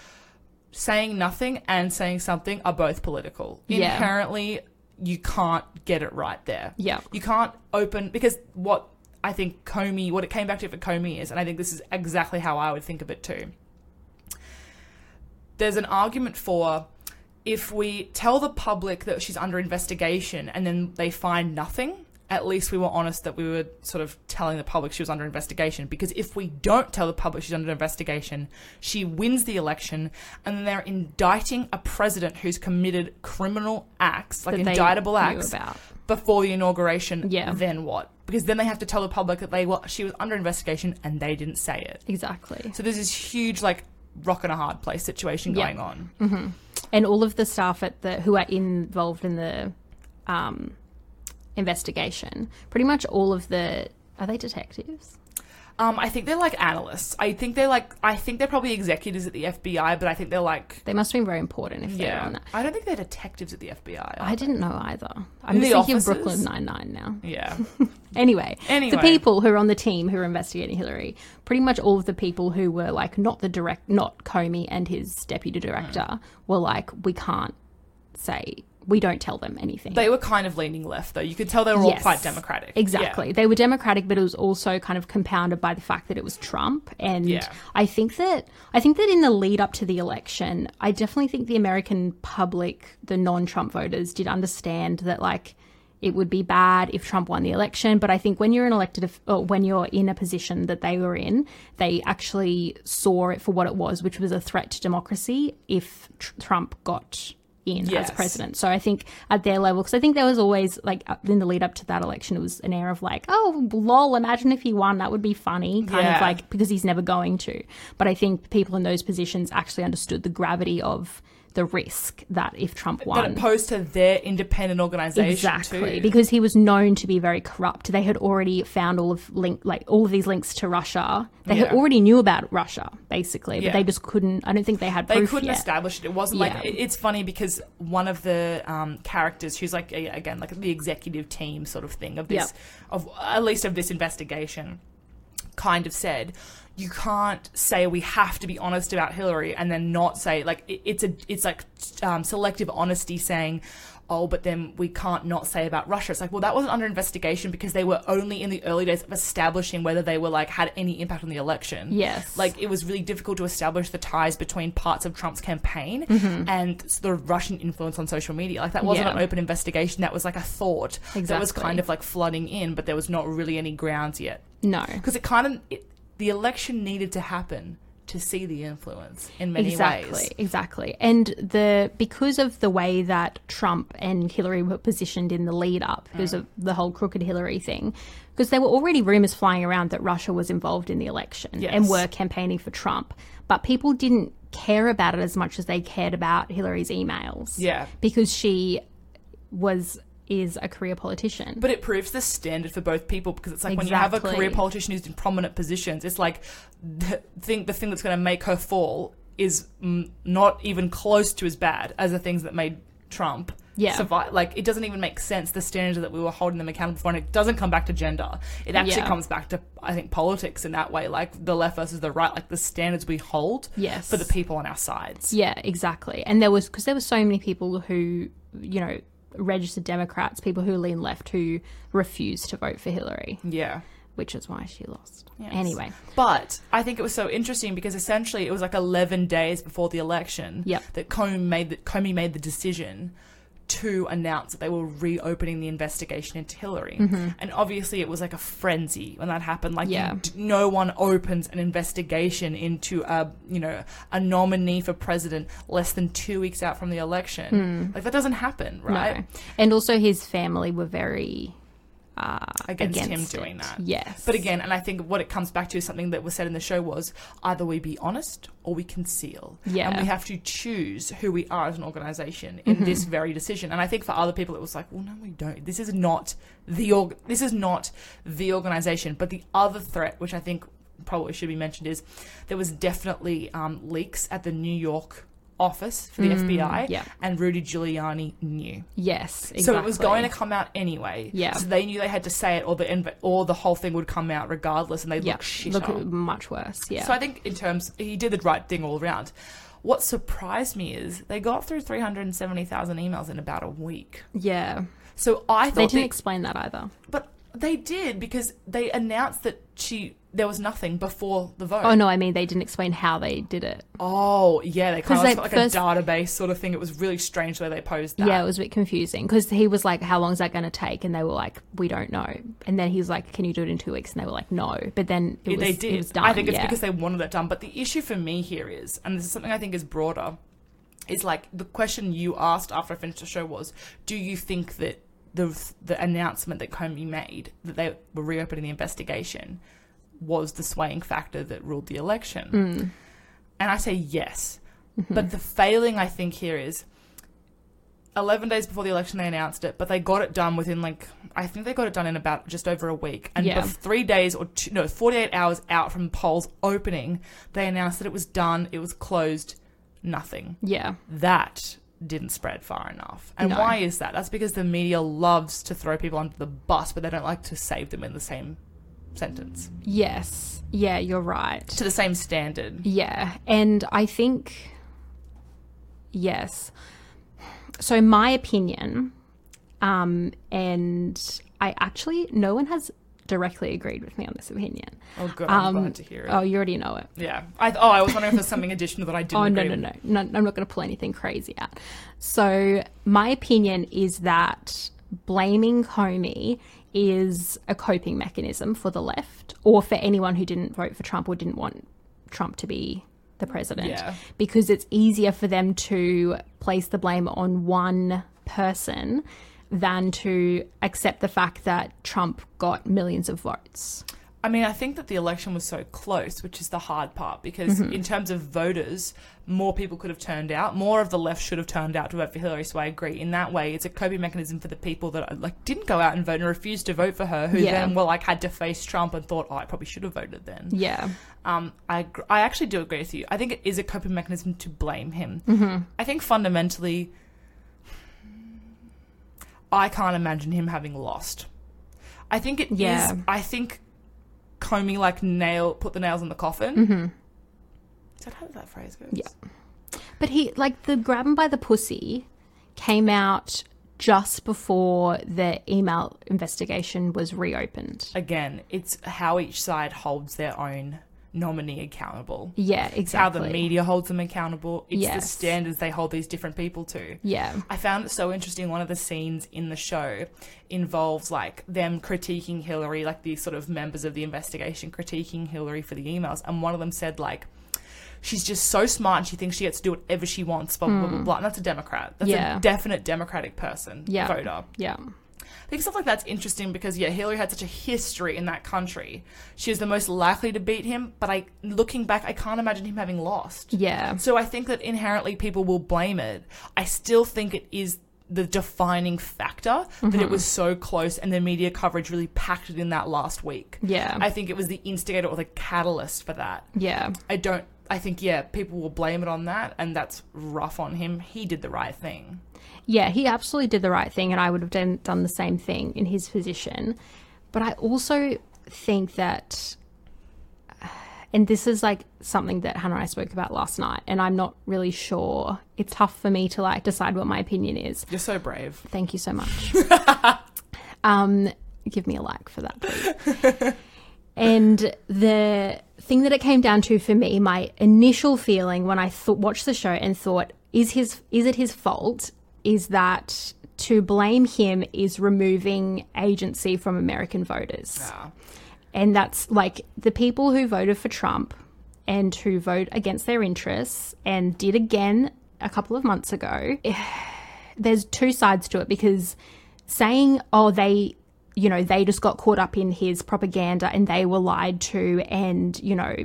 Speaker 2: saying nothing and saying something are both political.
Speaker 3: Yeah.
Speaker 2: Inherently, you can't get it right there.
Speaker 3: Yeah.
Speaker 2: You can't open because what I think Comey, what it came back to for Comey is, and I think this is exactly how I would think of it too. There's an argument for if we tell the public that she's under investigation and then they find nothing, at least we were honest that we were sort of telling the public she was under investigation. Because if we don't tell the public she's under investigation, she wins the election and then they're indicting a president who's committed criminal acts, like
Speaker 3: That they
Speaker 2: indictable
Speaker 3: knew
Speaker 2: acts,
Speaker 3: about.
Speaker 2: before the inauguration.
Speaker 3: Yeah.
Speaker 2: Then what? Because then they have to tell the public that they were she was under investigation and they didn't say it.
Speaker 3: Exactly.
Speaker 2: So there's this huge like rock and a hard place situation
Speaker 3: Yeah.
Speaker 2: going on.
Speaker 3: and all of the staff at the who are involved in the um, investigation, pretty much all of the Are they detectives?
Speaker 2: Um, I think they're like analysts. I think they're like I think they're probably executives at the FBI, but I think they're like
Speaker 3: They must have been very important if they're
Speaker 2: yeah.
Speaker 3: on that.
Speaker 2: I don't think they're detectives at the FBI. are
Speaker 3: I
Speaker 2: they?
Speaker 3: didn't know either. I'm
Speaker 2: In the
Speaker 3: just thinking
Speaker 2: offices?
Speaker 3: of Brooklyn Nine Nine now. (laughs)
Speaker 2: Yeah.
Speaker 3: Anyway,
Speaker 2: Anyway.
Speaker 3: the people who are on the team who are investigating Hillary, pretty much all of the people who were like not the direct, not Comey and his deputy director,
Speaker 2: Mm.
Speaker 3: were like, we can't say, we don't tell them anything.
Speaker 2: They were kind of leaning left though. You could tell they were all
Speaker 3: Yes.
Speaker 2: quite democratic.
Speaker 3: Exactly. They were democratic, but it was also kind of compounded by the fact that it was Trump. And
Speaker 2: Yeah.
Speaker 3: I think that I think that in the lead up to the election, I definitely think the American public, the non Trump voters, did understand that like it would be bad if Trump won the election. But I think when you're an elected of- or when you're in a position that they were in, they actually saw it for what it was, which was a threat to democracy if tr- Trump got in
Speaker 2: Yes.
Speaker 3: as president president. So I think at their level, because I think there was always like up- in the lead up to that election, it was an air of like, oh, lol, imagine if he won, that would be funny, kind
Speaker 2: Yeah.
Speaker 3: of like because he's never going to. But I think people in those positions actually understood the gravity of the risk that if Trump
Speaker 2: But
Speaker 3: won.
Speaker 2: opposed to their independent organization
Speaker 3: Exactly,
Speaker 2: too.
Speaker 3: because he was known to be very corrupt. They had already found all of link, like all of these links to Russia. They had
Speaker 2: Yeah.
Speaker 3: already knew about Russia, basically, but
Speaker 2: Yeah.
Speaker 3: they just couldn't. I don't think they had
Speaker 2: they
Speaker 3: proof
Speaker 2: couldn't
Speaker 3: yet.
Speaker 2: establish it. It wasn't like
Speaker 3: Yeah.
Speaker 2: it- it's funny because one of the um, characters who's like a- again like the executive team sort of thing of this of at least of this investigation kind of said you can't say we have to be honest about Hillary and then not say like it, it's a it's like um, selective honesty saying oh but then we can't not say about Russia it's like well that wasn't under investigation because they were only in the early days of establishing whether they were like had any impact on the election
Speaker 3: Yes.
Speaker 2: like it was really difficult to establish the ties between parts of Trump's campaign and the Russian influence on social media. Like that wasn't
Speaker 3: Mm-hmm. Yeah.
Speaker 2: an open investigation. That was like a thought that was
Speaker 3: Exactly.
Speaker 2: kind of like flooding in, but there was not really any grounds yet
Speaker 3: No,
Speaker 2: because it kind of it, the election needed to happen to see the influence in many
Speaker 3: exactly,
Speaker 2: ways.
Speaker 3: Exactly. And the because of the way that Trump and Hillary were positioned in the lead
Speaker 2: Mm.
Speaker 3: up because of the whole crooked Hillary thing, because there were already rumors flying around that Russia was involved in the election
Speaker 2: Yes.
Speaker 3: and were campaigning for Trump, but people didn't care about it as much as they cared about Hillary's emails.
Speaker 2: Yeah.
Speaker 3: Because she was is a career politician.
Speaker 2: But it proves the standard for both people because it's like when you have a
Speaker 3: Exactly.
Speaker 2: career politician who's in prominent positions, it's like the thing, the thing that's going to make her fall is mm, not even close to as bad as the things that made Trump
Speaker 3: Yeah.
Speaker 2: survive. Like it doesn't even make sense the standard that we were holding them accountable for, and it doesn't come back to gender. It actually
Speaker 3: Yeah.
Speaker 2: comes back to I think politics in that way, like the left versus the right, like the standards we hold
Speaker 3: Yes.
Speaker 2: for the people on our sides.
Speaker 3: Yeah, exactly. And there was because there were so many people who, you know, registered Democrats, people who lean left, who refused to vote for Hillary,
Speaker 2: Yeah.
Speaker 3: which is why she lost.
Speaker 2: Yes.
Speaker 3: Anyway,
Speaker 2: But I think it was so interesting because essentially it was like 11 days before the election
Speaker 3: Yep.
Speaker 2: that Comey made the, Comey made the decision to announce that they were reopening the investigation into Hillary. And obviously it was like a frenzy when that happened. Like you
Speaker 3: Mm-hmm. Yeah.
Speaker 2: d- no one opens an investigation into a, you know, a nominee for president less than 2 weeks out from the election. Like that doesn't happen, right?
Speaker 3: Hmm. no. And also, his family were very uh,
Speaker 2: Against
Speaker 3: against, it.
Speaker 2: him doing that.
Speaker 3: Yes,
Speaker 2: But again, and I think what it comes back to is something that was said in the show was either we be honest or we conceal.
Speaker 3: Yeah. Mm-hmm.
Speaker 2: And we have to choose who we are as an organization in this very decision. And I think for other people it was like, well no we don't. This is not the org- this is not the organization. But the other threat, which I think probably should be mentioned, is there was definitely um, leaks at the New York office for the FBI
Speaker 3: Mm, yeah.
Speaker 2: and Rudy Giuliani knew.
Speaker 3: yes, exactly.
Speaker 2: So it was going to come out anyway.
Speaker 3: Yeah.
Speaker 2: So they knew they had to say it, or the inv- or the whole thing would come out regardless, and they
Speaker 3: yeah,
Speaker 2: look shit
Speaker 3: look
Speaker 2: up.
Speaker 3: much worse. Yeah,
Speaker 2: So I think in terms, he did the right thing all around. What surprised me is they got through three hundred and seventy thousand emails in about a week.
Speaker 3: yeah.
Speaker 2: So I thought
Speaker 3: They didn't
Speaker 2: they-
Speaker 3: explain that either.
Speaker 2: but they did because they announced that she there was nothing before the vote.
Speaker 3: Oh no, I mean they didn't explain how they did it.
Speaker 2: Oh, yeah, they
Speaker 3: 'Cause
Speaker 2: kind of like,
Speaker 3: they
Speaker 2: like
Speaker 3: first-
Speaker 2: a database sort of thing. It was really strange the way they posed that.
Speaker 3: Yeah, it was a bit confusing because he was like, "How long is that going to take?" And they were like, "We don't know." And then he was like, "Can you do it in two weeks?" And they were like, "No." But then it
Speaker 2: Yeah,
Speaker 3: was,
Speaker 2: they did.
Speaker 3: It was done.
Speaker 2: I think it's
Speaker 3: yeah.
Speaker 2: because they wanted it done. But the issue for me here is, and this is something I think is broader, is like the question you asked after I finished the show was, do you think that the the announcement that Comey made that they were reopening the investigation was the swaying factor that ruled the election?
Speaker 3: Mm. mm-hmm. Hmm.
Speaker 2: And I say yes. But the failing I think here is 11 days before the election they announced it, but they got it done within like, I think they got it done in about just over a week. And
Speaker 3: Yeah.
Speaker 2: bef- three days or two, no, 48 hours out from polls opening, they announced that it was done, it was closed, nothing.
Speaker 3: Yeah.
Speaker 2: That didn't spread far enough. And
Speaker 3: No.
Speaker 2: why is that? That's because the media loves to throw people under the bus, but they don't like to save them in the same sentence,
Speaker 3: Yes. Yeah, you're right.
Speaker 2: to the same standard.
Speaker 3: Yeah. And I think, yes. So, my opinion, um, and I actually, no one has directly agreed with me on this opinion.
Speaker 2: Oh, good. I'm
Speaker 3: Um,
Speaker 2: glad to hear it.
Speaker 3: Oh, you already know it.
Speaker 2: yeah. I, oh, I was wondering if there's something additional that I didn't
Speaker 3: Oh, no,
Speaker 2: agree
Speaker 3: no,
Speaker 2: with.
Speaker 3: no, no. I'm not going to pull anything crazy out. So, my opinion is that blaming Comey is a coping mechanism for the left or for anyone who didn't vote for Trump or didn't want Trump to be the president
Speaker 2: Yeah.
Speaker 3: because it's easier for them to place the blame on one person than to accept the fact that Trump got millions of votes.
Speaker 2: I mean, I think that the election was so close, which is the hard part, because in terms of voters, more people could have turned out. More of the left should have turned out to vote for Hillary. So I agree. In that way, it's a coping mechanism for the people that like didn't go out and vote and refused to vote for her, who
Speaker 3: Yeah.
Speaker 2: then were like had to face Trump and thought, oh, I probably should have voted then.
Speaker 3: Yeah.
Speaker 2: Um, I gr- I actually do agree with you. I think it is a coping mechanism to blame him.
Speaker 3: Mm-hmm.
Speaker 2: I think fundamentally, I can't imagine him having lost. I think it is.
Speaker 3: Yeah.
Speaker 2: I think Comey like nail put the nails in the coffin. Is that how that phrase goes?
Speaker 3: Mm-hmm. Yeah. But he, like, the grab him by the pussy came out just before the email investigation was reopened.
Speaker 2: Again, it's how each side holds their own nominee accountable.
Speaker 3: Yeah,
Speaker 2: It's how
Speaker 3: exactly.
Speaker 2: the media holds them accountable. It's the
Speaker 3: Yes.
Speaker 2: standards they hold these different people to.
Speaker 3: Yeah.
Speaker 2: I found it so interesting. One of the scenes in the show involves like them critiquing Hillary, like the sort of members of the investigation critiquing Hillary for the emails. And one of them said, like, she's just so smart and she thinks she gets to do whatever she wants, blah, blah, blah, blah, blah. And that's a Democrat. That's
Speaker 3: Hmm. Yeah.
Speaker 2: a definite Democratic person,
Speaker 3: Yeah.
Speaker 2: voter.
Speaker 3: Yeah.
Speaker 2: I think stuff like that's interesting because, yeah, Hillary had such a history in that country. She was the most likely to beat him, but I, looking back, I can't imagine him having lost.
Speaker 3: Yeah.
Speaker 2: So I think that inherently people will blame it. I still think it is the defining factor that it was so close and the media coverage really packed it in that last week.
Speaker 3: Yeah.
Speaker 2: I think it was the instigator or the catalyst for that.
Speaker 3: yeah.
Speaker 2: I don't I think yeah, people will blame it on that and that's rough on him. He did the right thing.
Speaker 3: Yeah, he absolutely did the right thing, and I would have done, done the same thing in his position. But I also think that, (sighs) and this is like something that Hannah and I spoke about last night, and I'm not really sure. It's tough for me to like decide what my opinion is.
Speaker 2: You're so brave.
Speaker 3: Thank you so much. um, give me a like for that, please. and the thing that it came down to for me, my initial feeling when I thought watched the show and thought, is his is it his fault? Is that to blame him is removing agency from American voters.
Speaker 2: Yeah.
Speaker 3: And that's like the people who voted for Trump and who vote against their interests and did again a couple of months ago. There's two sides to it because saying, oh, they, you know, they just got caught up in his propaganda and they were lied to and, you know,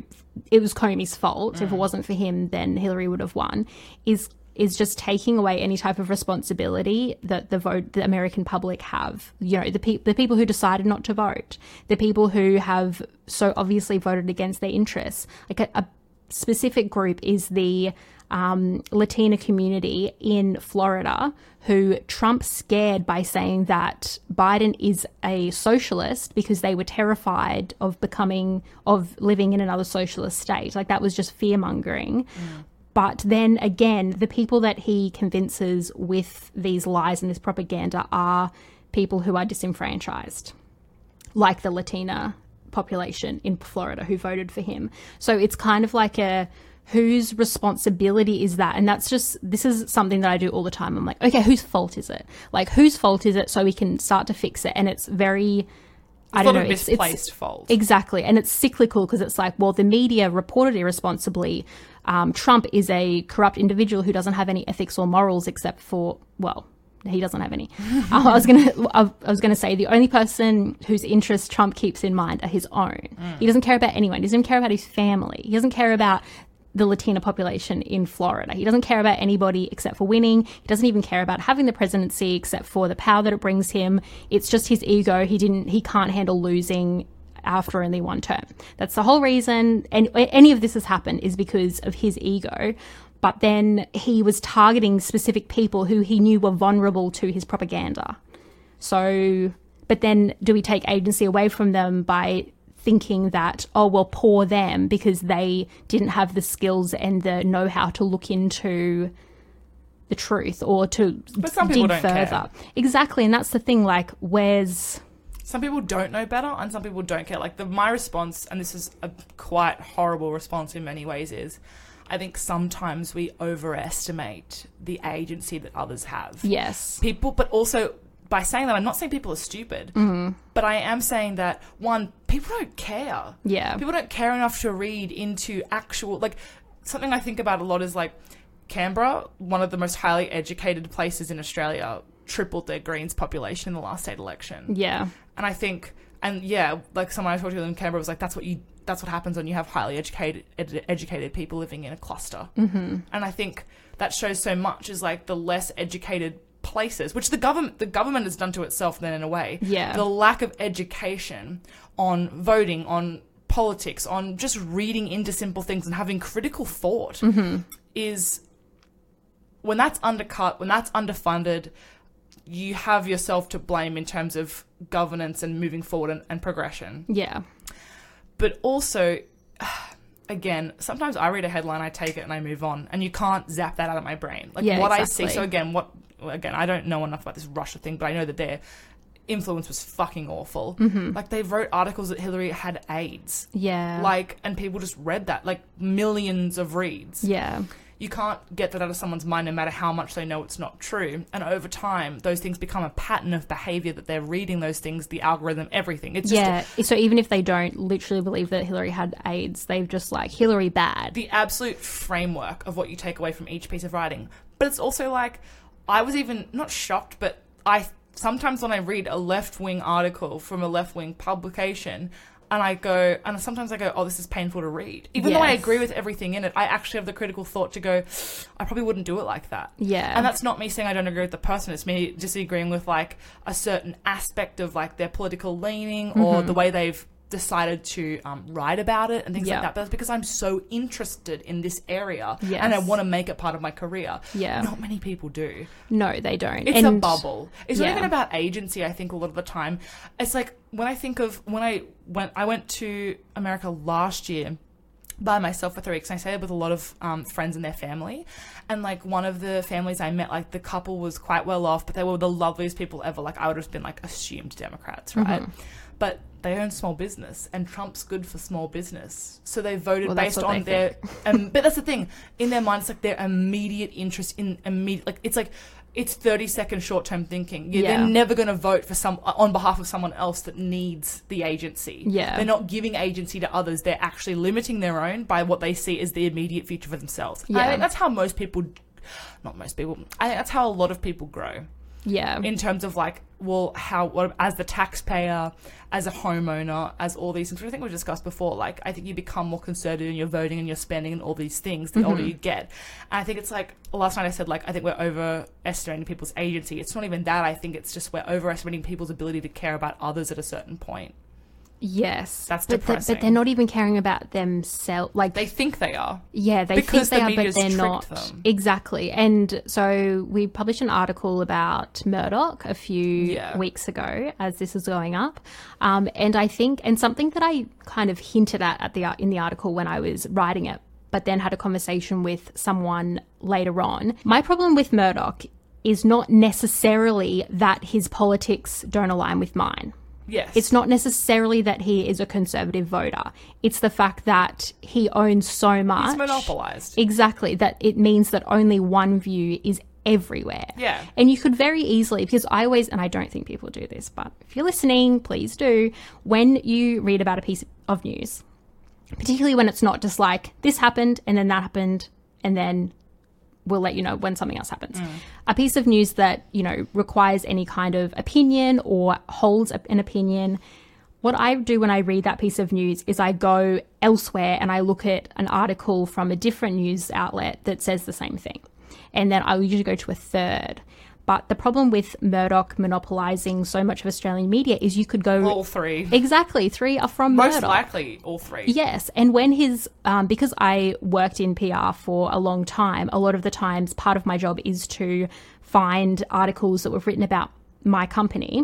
Speaker 3: it was Comey's fault. If it wasn't for him, then Hillary would have won is is just taking away any type of responsibility that the vote the American public have. You know, the pe- the people who decided not to vote, the people who have so obviously voted against their interests. Like a, a specific group is the um, Latina community in Florida who Trump scared by saying that Biden is a socialist because they were terrified of becoming of living in another socialist state. Like that was just fear mongering. But then again, the people that he convinces with these lies and this propaganda are people who are disenfranchised, like the Latina population in Florida who voted for him. So it's kind of like a whose responsibility is that? And that's just, this is something that I do all the time. I'm like, okay, whose fault is it? Like, whose fault is it so we can start to fix it? And it's very. I
Speaker 2: It's
Speaker 3: don't know.
Speaker 2: not a
Speaker 3: it's-
Speaker 2: misplaced
Speaker 3: it's,
Speaker 2: fault.
Speaker 3: Exactly. And it's cyclical because it's like, well, the media reported irresponsibly. Um, Trump is a corrupt individual who doesn't have any ethics or morals except for, well, he doesn't have any. Uh, I was gonna, I I was gonna say the only person whose interests Trump keeps in mind are his own. He doesn't care about anyone. He doesn't care about his family. He doesn't care about the Latina population in Florida. He doesn't care about anybody except for winning. He doesn't even care about having the presidency except for the power that it brings him. It's just his ego. He didn't he can't handle losing after only one term. That's the whole reason and any of this has happened is because of his ego. But then he was targeting specific people who he knew were vulnerable to his propaganda. So, but then do we take agency away from them by thinking that, oh, well, poor them because they didn't have the skills and the know how to look into the truth or to
Speaker 2: But some people
Speaker 3: dig
Speaker 2: don't
Speaker 3: further?
Speaker 2: care.
Speaker 3: Exactly. And that's the thing like, where's.
Speaker 2: Some people don't know better, and some people don't care. Like the my response, and this is a quite horrible response in many ways, is I think sometimes we overestimate the agency that others have.
Speaker 3: Yes.
Speaker 2: people, but also by saying that, I'm not saying people are stupid, but I am saying that one, people don't care.
Speaker 3: Yeah.
Speaker 2: People don't care enough to read into actual, like, something I think about a lot is like Canberra, one of the most highly educated places in Australia, tripled their Greens population in the last state election.
Speaker 3: Yeah.
Speaker 2: And I think, and yeah, like someone I talked to in Canberra was like, that's what you, that's what happens when you have highly educated, ed- educated people living in a cluster. Mm-hmm. And I think that shows so much is like the less educated places, which the government, the government has done to itself then in a way.
Speaker 3: Yeah.
Speaker 2: The lack of education on voting, on politics, on just reading into simple things and having critical thought is when that's undercut, when that's underfunded, you have yourself to blame in terms of governance and moving forward and, and progression.
Speaker 3: Yeah.
Speaker 2: But also, (sighs) again, sometimes I read a headline, I take it, and I move on, and you can't zap that out of my brain. Like
Speaker 3: Yeah,
Speaker 2: what I see.
Speaker 3: exactly.
Speaker 2: So again, what again? I don't know enough about this Russia thing, but I know that their influence was fucking awful. Like they wrote articles that Hillary had AIDS.
Speaker 3: Mm-hmm. Yeah.
Speaker 2: Like and people just read that like millions of reads
Speaker 3: yeah.
Speaker 2: you can't get that out of someone's mind no matter how much they know it's not true. And over time, those things become a pattern of behavior that they're reading those things, the algorithm, everything. It's just
Speaker 3: yeah. So even if they don't literally believe that Hillary had AIDS, they've just like Hillary bad.
Speaker 2: the absolute framework of what you take away from each piece of writing. But it's also like, I was even not shocked, but I sometimes when I read a left wing article from a left wing publication, and I go, and sometimes I go, oh, this is painful to read. Even though I
Speaker 3: Yes.
Speaker 2: agree with everything in it, I actually have the critical thought to go, I probably wouldn't do it like that.
Speaker 3: Yeah.
Speaker 2: And that's not me saying I don't agree with the person. It's me disagreeing with like a certain aspect of like their political leaning
Speaker 3: Mm-hmm.
Speaker 2: or the way they've decided to um, write about it and things
Speaker 3: Yeah.
Speaker 2: like that. But that's because I'm so interested in this area
Speaker 3: Yes.
Speaker 2: and I want to make it part of my career.
Speaker 3: Yeah.
Speaker 2: Not many people do.
Speaker 3: no, they don't.
Speaker 2: It's a
Speaker 3: And-
Speaker 2: bubble. It's
Speaker 3: yeah.
Speaker 2: not even about agency. I think a lot of the time, it's like when I think of when I went I went to America last year by myself for three weeks. And I stayed with a lot of um, friends and their family, and like one of the families I met, like the couple was quite well off, but they were the loveliest people ever. Like I would have been like assumed Democrats, right?
Speaker 3: Mm-hmm.
Speaker 2: But they own small business, and Trump's good for small business, so they voted
Speaker 3: Well, that's
Speaker 2: based
Speaker 3: what
Speaker 2: on
Speaker 3: they
Speaker 2: their. Um, (laughs) but that's the thing in their minds, like their immediate interest in immediate, like it's like. It's thirty second short term thinking. Yeah,
Speaker 3: Yeah.
Speaker 2: They're never going to vote for some uh, on behalf of someone else that needs the agency.
Speaker 3: Yeah.
Speaker 2: they're not giving agency to others. They're actually limiting their own by what they see as the immediate future for themselves. Yeah.
Speaker 3: Yeah.
Speaker 2: I think that's how most people, not most people, I think that's how a lot of people grow
Speaker 3: Yeah.
Speaker 2: in terms of like, well, how, what, as the taxpayer, as a homeowner, as all these things, which I think we discussed before, like, I think you become more conservative in your voting and your spending and all these things the
Speaker 3: Mm-hmm.
Speaker 2: older you get. And I think it's like, last night I said, like, I think we're overestimating people's agency. It's not even that. I think it's just we're overestimating people's ability to care about others at a certain point.
Speaker 3: yes.
Speaker 2: That's
Speaker 3: but they're,
Speaker 2: depressing.
Speaker 3: but they're not even caring about themselves. Like
Speaker 2: They think they are.
Speaker 3: Yeah, they
Speaker 2: Because the
Speaker 3: think they are,
Speaker 2: media's
Speaker 3: but they're
Speaker 2: tricked
Speaker 3: not.
Speaker 2: them.
Speaker 3: Exactly. And so we published an article about Murdoch a few
Speaker 2: Yeah.
Speaker 3: weeks ago as this was going up. Um, and I think, and something that I kind of hinted at, at the ar- in the article when I was writing it, but then had a conversation with someone later on. My problem with Murdoch is not necessarily that his politics don't align with mine.
Speaker 2: Yes.
Speaker 3: It's not necessarily that he is a conservative voter. It's the fact that he owns so much.
Speaker 2: monopolized.
Speaker 3: Exactly, that it means that only one view is everywhere.
Speaker 2: Yeah.
Speaker 3: And you could very easily, because I always, and I don't think people do this, but if you're listening, please do, when you read about a piece of news, particularly when it's not just like this happened and then that happened and then we'll let you know when something else happens. A piece of news that, you know, requires any kind of opinion or holds up an opinion. What I do when I read that piece of news is I go elsewhere and I look at an article from a different news outlet that says the same thing. And then I will usually go to a third. But the problem with Murdoch monopolizing so much of Australian media is you could go
Speaker 2: All three.
Speaker 3: exactly three are from
Speaker 2: Oh. Most
Speaker 3: Murdoch.
Speaker 2: likely, all three.
Speaker 3: Yes, and when his um, because I worked in PR for a long time, a lot of the times part of my job is to find articles that were written about my company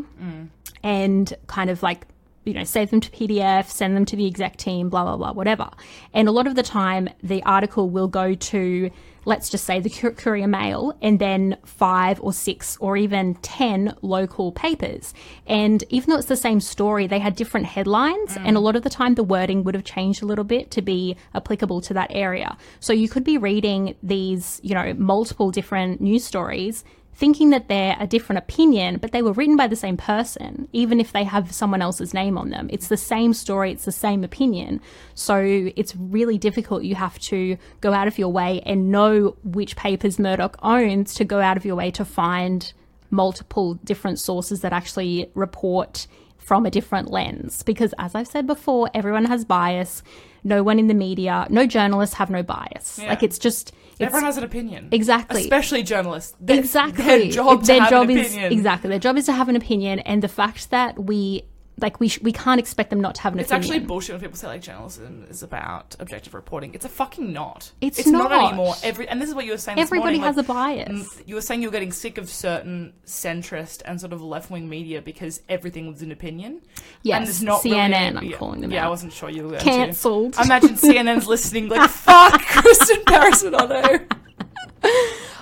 Speaker 3: and kind of like you know save them to PDF, send them to the exec team, blah blah blah, whatever. And a lot of the time, the article will go to let's just say the Cour- Courier Mail, and then five or six or even ten local papers. And even though it's the same story, they had different headlines, and a lot of the time the wording would have changed a little bit to be applicable to that area. So you could be reading these, you know, multiple different news stories thinking that they're a different opinion, but they were written by the same person, even if they have someone else's name on them. It's the same story, it's the same opinion. So it's really difficult. You have to go out of your way and know which papers Murdoch owns to go out of your way to find multiple different sources that actually report from a different lens because as i've said before everyone has bias no one in the media no journalists have no bias
Speaker 2: Yeah.
Speaker 3: like it's just it's,
Speaker 2: Everyone has an opinion.
Speaker 3: exactly
Speaker 2: Especially journalists. Their-
Speaker 3: exactly
Speaker 2: Their job, to
Speaker 3: Their
Speaker 2: have
Speaker 3: job
Speaker 2: an
Speaker 3: is
Speaker 2: opinion.
Speaker 3: exactly their job is to have an opinion and the fact that we like we sh- we can't expect them not to have an
Speaker 2: It's
Speaker 3: opinion
Speaker 2: actually bullshit when people say like journalism is about objective reporting. It's a fucking not.
Speaker 3: It's
Speaker 2: not.
Speaker 3: not.
Speaker 2: anymore. Every and this is what you were saying.
Speaker 3: everybody
Speaker 2: this
Speaker 3: has
Speaker 2: morning,
Speaker 3: a bias
Speaker 2: like, You were saying you were getting sick of certain centrist and sort of left wing media because everything was an opinion.
Speaker 3: yes
Speaker 2: and there's not really
Speaker 3: cnn
Speaker 2: any-
Speaker 3: i'm
Speaker 2: yeah,
Speaker 3: calling them
Speaker 2: Yeah, I
Speaker 3: out
Speaker 2: wasn't sure you were going to.
Speaker 3: cancelled
Speaker 2: Imagine CNN's listening
Speaker 3: (laughs)
Speaker 2: like fuck Kristen Paris Renato.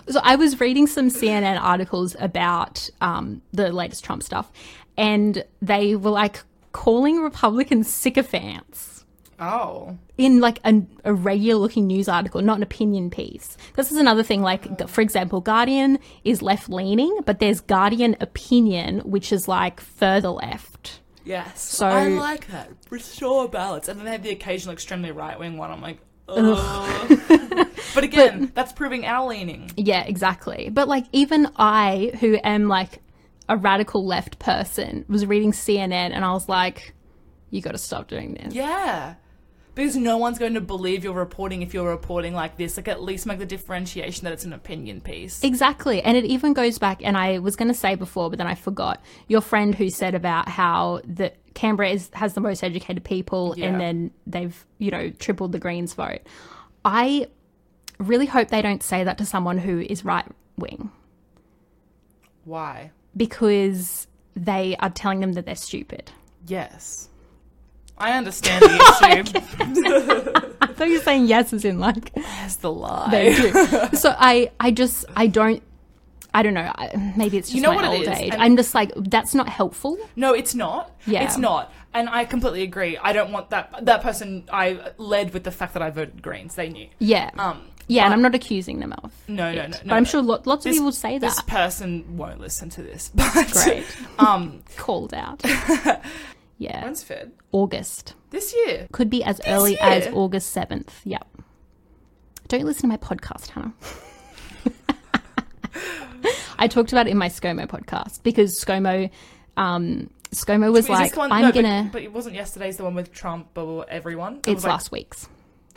Speaker 3: So I was reading some CNN articles about um, the latest Trump stuff, and they were like calling Republicans sycophants
Speaker 2: Oh,
Speaker 3: in like an, a regular looking news article, not an opinion piece. This is another thing. Like for example, Guardian is left leaning, but there's Guardian opinion, which is like further left.
Speaker 2: yes.
Speaker 3: So-
Speaker 2: I like that. Restore balance, and then they have the occasional extremely right wing one. I'm like, ugh. but again, that's proving our leaning.
Speaker 3: Yeah, exactly. But like even I, who am like a radical left person, was reading CNN, and I was like, you got to stop doing this.
Speaker 2: Yeah. Because no one's going to believe your reporting if you're reporting like this. Like, at least make the differentiation that it's an opinion piece.
Speaker 3: Exactly. And it even goes back, and I was going to say before, but then I forgot your friend who said about how the Canberra is, has the most educated people
Speaker 2: Yeah.
Speaker 3: and then they've, you know, tripled the Greens vote. I really hope they don't say that to someone who is right wing
Speaker 2: Why?
Speaker 3: because they are telling them that they're stupid.
Speaker 2: Yes. I understand the issue.
Speaker 3: I thought you were saying yes as in like
Speaker 2: That's the lie.
Speaker 3: they
Speaker 2: (laughs)
Speaker 3: do. so I, I just, I don't. I don't know. I- Maybe it's just
Speaker 2: You know
Speaker 3: my
Speaker 2: what it
Speaker 3: old
Speaker 2: is?
Speaker 3: age.
Speaker 2: And-
Speaker 3: I'm just like that's not helpful.
Speaker 2: No, it's not.
Speaker 3: Yeah.
Speaker 2: It's not. And I completely agree. I don't want that. That person, I led with the fact that I voted Greens. They knew.
Speaker 3: Yeah.
Speaker 2: Um,
Speaker 3: Yeah, and
Speaker 2: But-
Speaker 3: I'm not accusing them of.
Speaker 2: No, no,
Speaker 3: it.
Speaker 2: no,
Speaker 3: But
Speaker 2: no,
Speaker 3: I'm
Speaker 2: no.
Speaker 3: sure lo- lots of
Speaker 2: This-
Speaker 3: people say
Speaker 2: This
Speaker 3: that.
Speaker 2: person won't listen to (laughs) this. (laughs) But,
Speaker 3: Great.
Speaker 2: um,
Speaker 3: Called
Speaker 2: (laughs)
Speaker 3: out. (laughs) yeah.
Speaker 2: when's Fed?
Speaker 3: August.
Speaker 2: This year.
Speaker 3: Could be as early
Speaker 2: year?
Speaker 3: as August 7th. Yep. Don't listen to my podcast, Hannah. (laughs) I talked about it in my ScoMo podcast because ScoMo, um, ScoMo was
Speaker 2: Is
Speaker 3: like,
Speaker 2: this one?
Speaker 3: I'm
Speaker 2: no, but-
Speaker 3: gonna.
Speaker 2: But, it wasn't yesterday's the one with Trump, blah, blah, blah, everyone. It
Speaker 3: it's
Speaker 2: was like,
Speaker 3: last week's.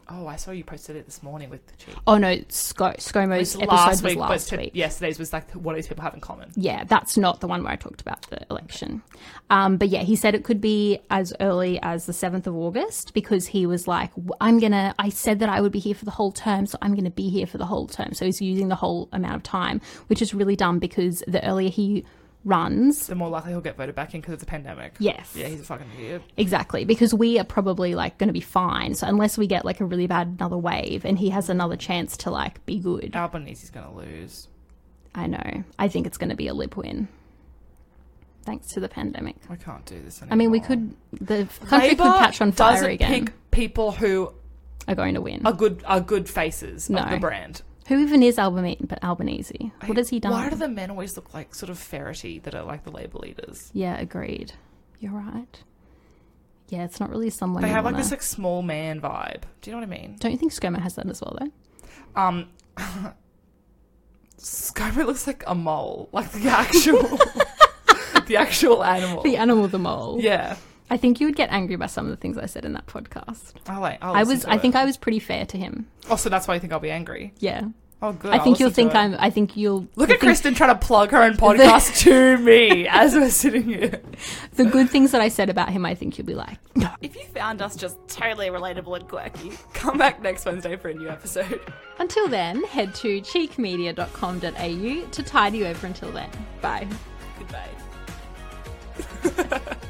Speaker 2: Oh, I saw you posted it this morning with the cheek.
Speaker 3: Oh no, Sco- ScoMo's
Speaker 2: It's
Speaker 3: episode
Speaker 2: last
Speaker 3: was
Speaker 2: week,
Speaker 3: last
Speaker 2: but to-
Speaker 3: week.
Speaker 2: yesterday's was like what do these people have in common?
Speaker 3: yeah, that's not the one where I talked about the election. Um, but yeah, he said it could be as early as the 7th of August because he was like, "W- I'm going to, I said that I would be here for the whole term, so I'm going to be here for the whole term. So he's using the whole amount of time, which is really dumb because the earlier he runs,
Speaker 2: The more likely he'll get voted back in because it's a pandemic.
Speaker 3: yes.
Speaker 2: Yeah, he's a fucking idiot.
Speaker 3: Exactly, because we are probably like going to be fine. So unless we get like a really bad another wave and he has another chance to like be good.
Speaker 2: Albanese's gonna lose.
Speaker 3: I know. I think it's going to be a lib win. Thanks to the pandemic.
Speaker 2: I can't do this anymore.
Speaker 3: I mean, we could. The country could
Speaker 2: Labour
Speaker 3: catch on fire
Speaker 2: doesn't
Speaker 3: again.
Speaker 2: Pick people who
Speaker 3: Are going to win.
Speaker 2: are good are good faces
Speaker 3: No.
Speaker 2: of the brand.
Speaker 3: Who even is Albanese? But Albanese. What has he done?
Speaker 2: Why do the men always look like sort of ferrety that are like the labor leaders?
Speaker 3: yeah, agreed. You're right. Yeah, it's not really someone.
Speaker 2: They
Speaker 3: you
Speaker 2: have like
Speaker 3: wanna...
Speaker 2: this like small man vibe. Do you know what I mean?
Speaker 3: Don't you think ScoMo has that as well though?
Speaker 2: Um, (laughs) Skyrim looks like
Speaker 3: (laughs)
Speaker 2: a mole, like the actual, the actual animal.
Speaker 3: The animal, the mole. I
Speaker 2: Yeah,
Speaker 3: I think you would get angry by some of the things I said in that podcast.
Speaker 2: I'll, like, I'll
Speaker 3: I
Speaker 2: Oh, listen
Speaker 3: was
Speaker 2: to
Speaker 3: I
Speaker 2: it.
Speaker 3: think I was pretty fair to him.
Speaker 2: Oh, so that's why you think I'll be angry.
Speaker 3: Yeah.
Speaker 2: Oh, good.
Speaker 3: I
Speaker 2: I'll
Speaker 3: think you'll
Speaker 2: listen to
Speaker 3: think I'm
Speaker 2: it.
Speaker 3: I think you'll
Speaker 2: Look
Speaker 3: you
Speaker 2: at
Speaker 3: think
Speaker 2: Kristen trying to plug
Speaker 3: (laughs)
Speaker 2: her own podcast to me as we're sitting here.
Speaker 3: The good things that I said about him I think you'll be like,
Speaker 2: If you found us just totally relatable and quirky, come back next Wednesday for a new episode. (laughs)
Speaker 3: Until then, head to cheekmedia.com.au to tide you over until then. Bye.
Speaker 2: Goodbye.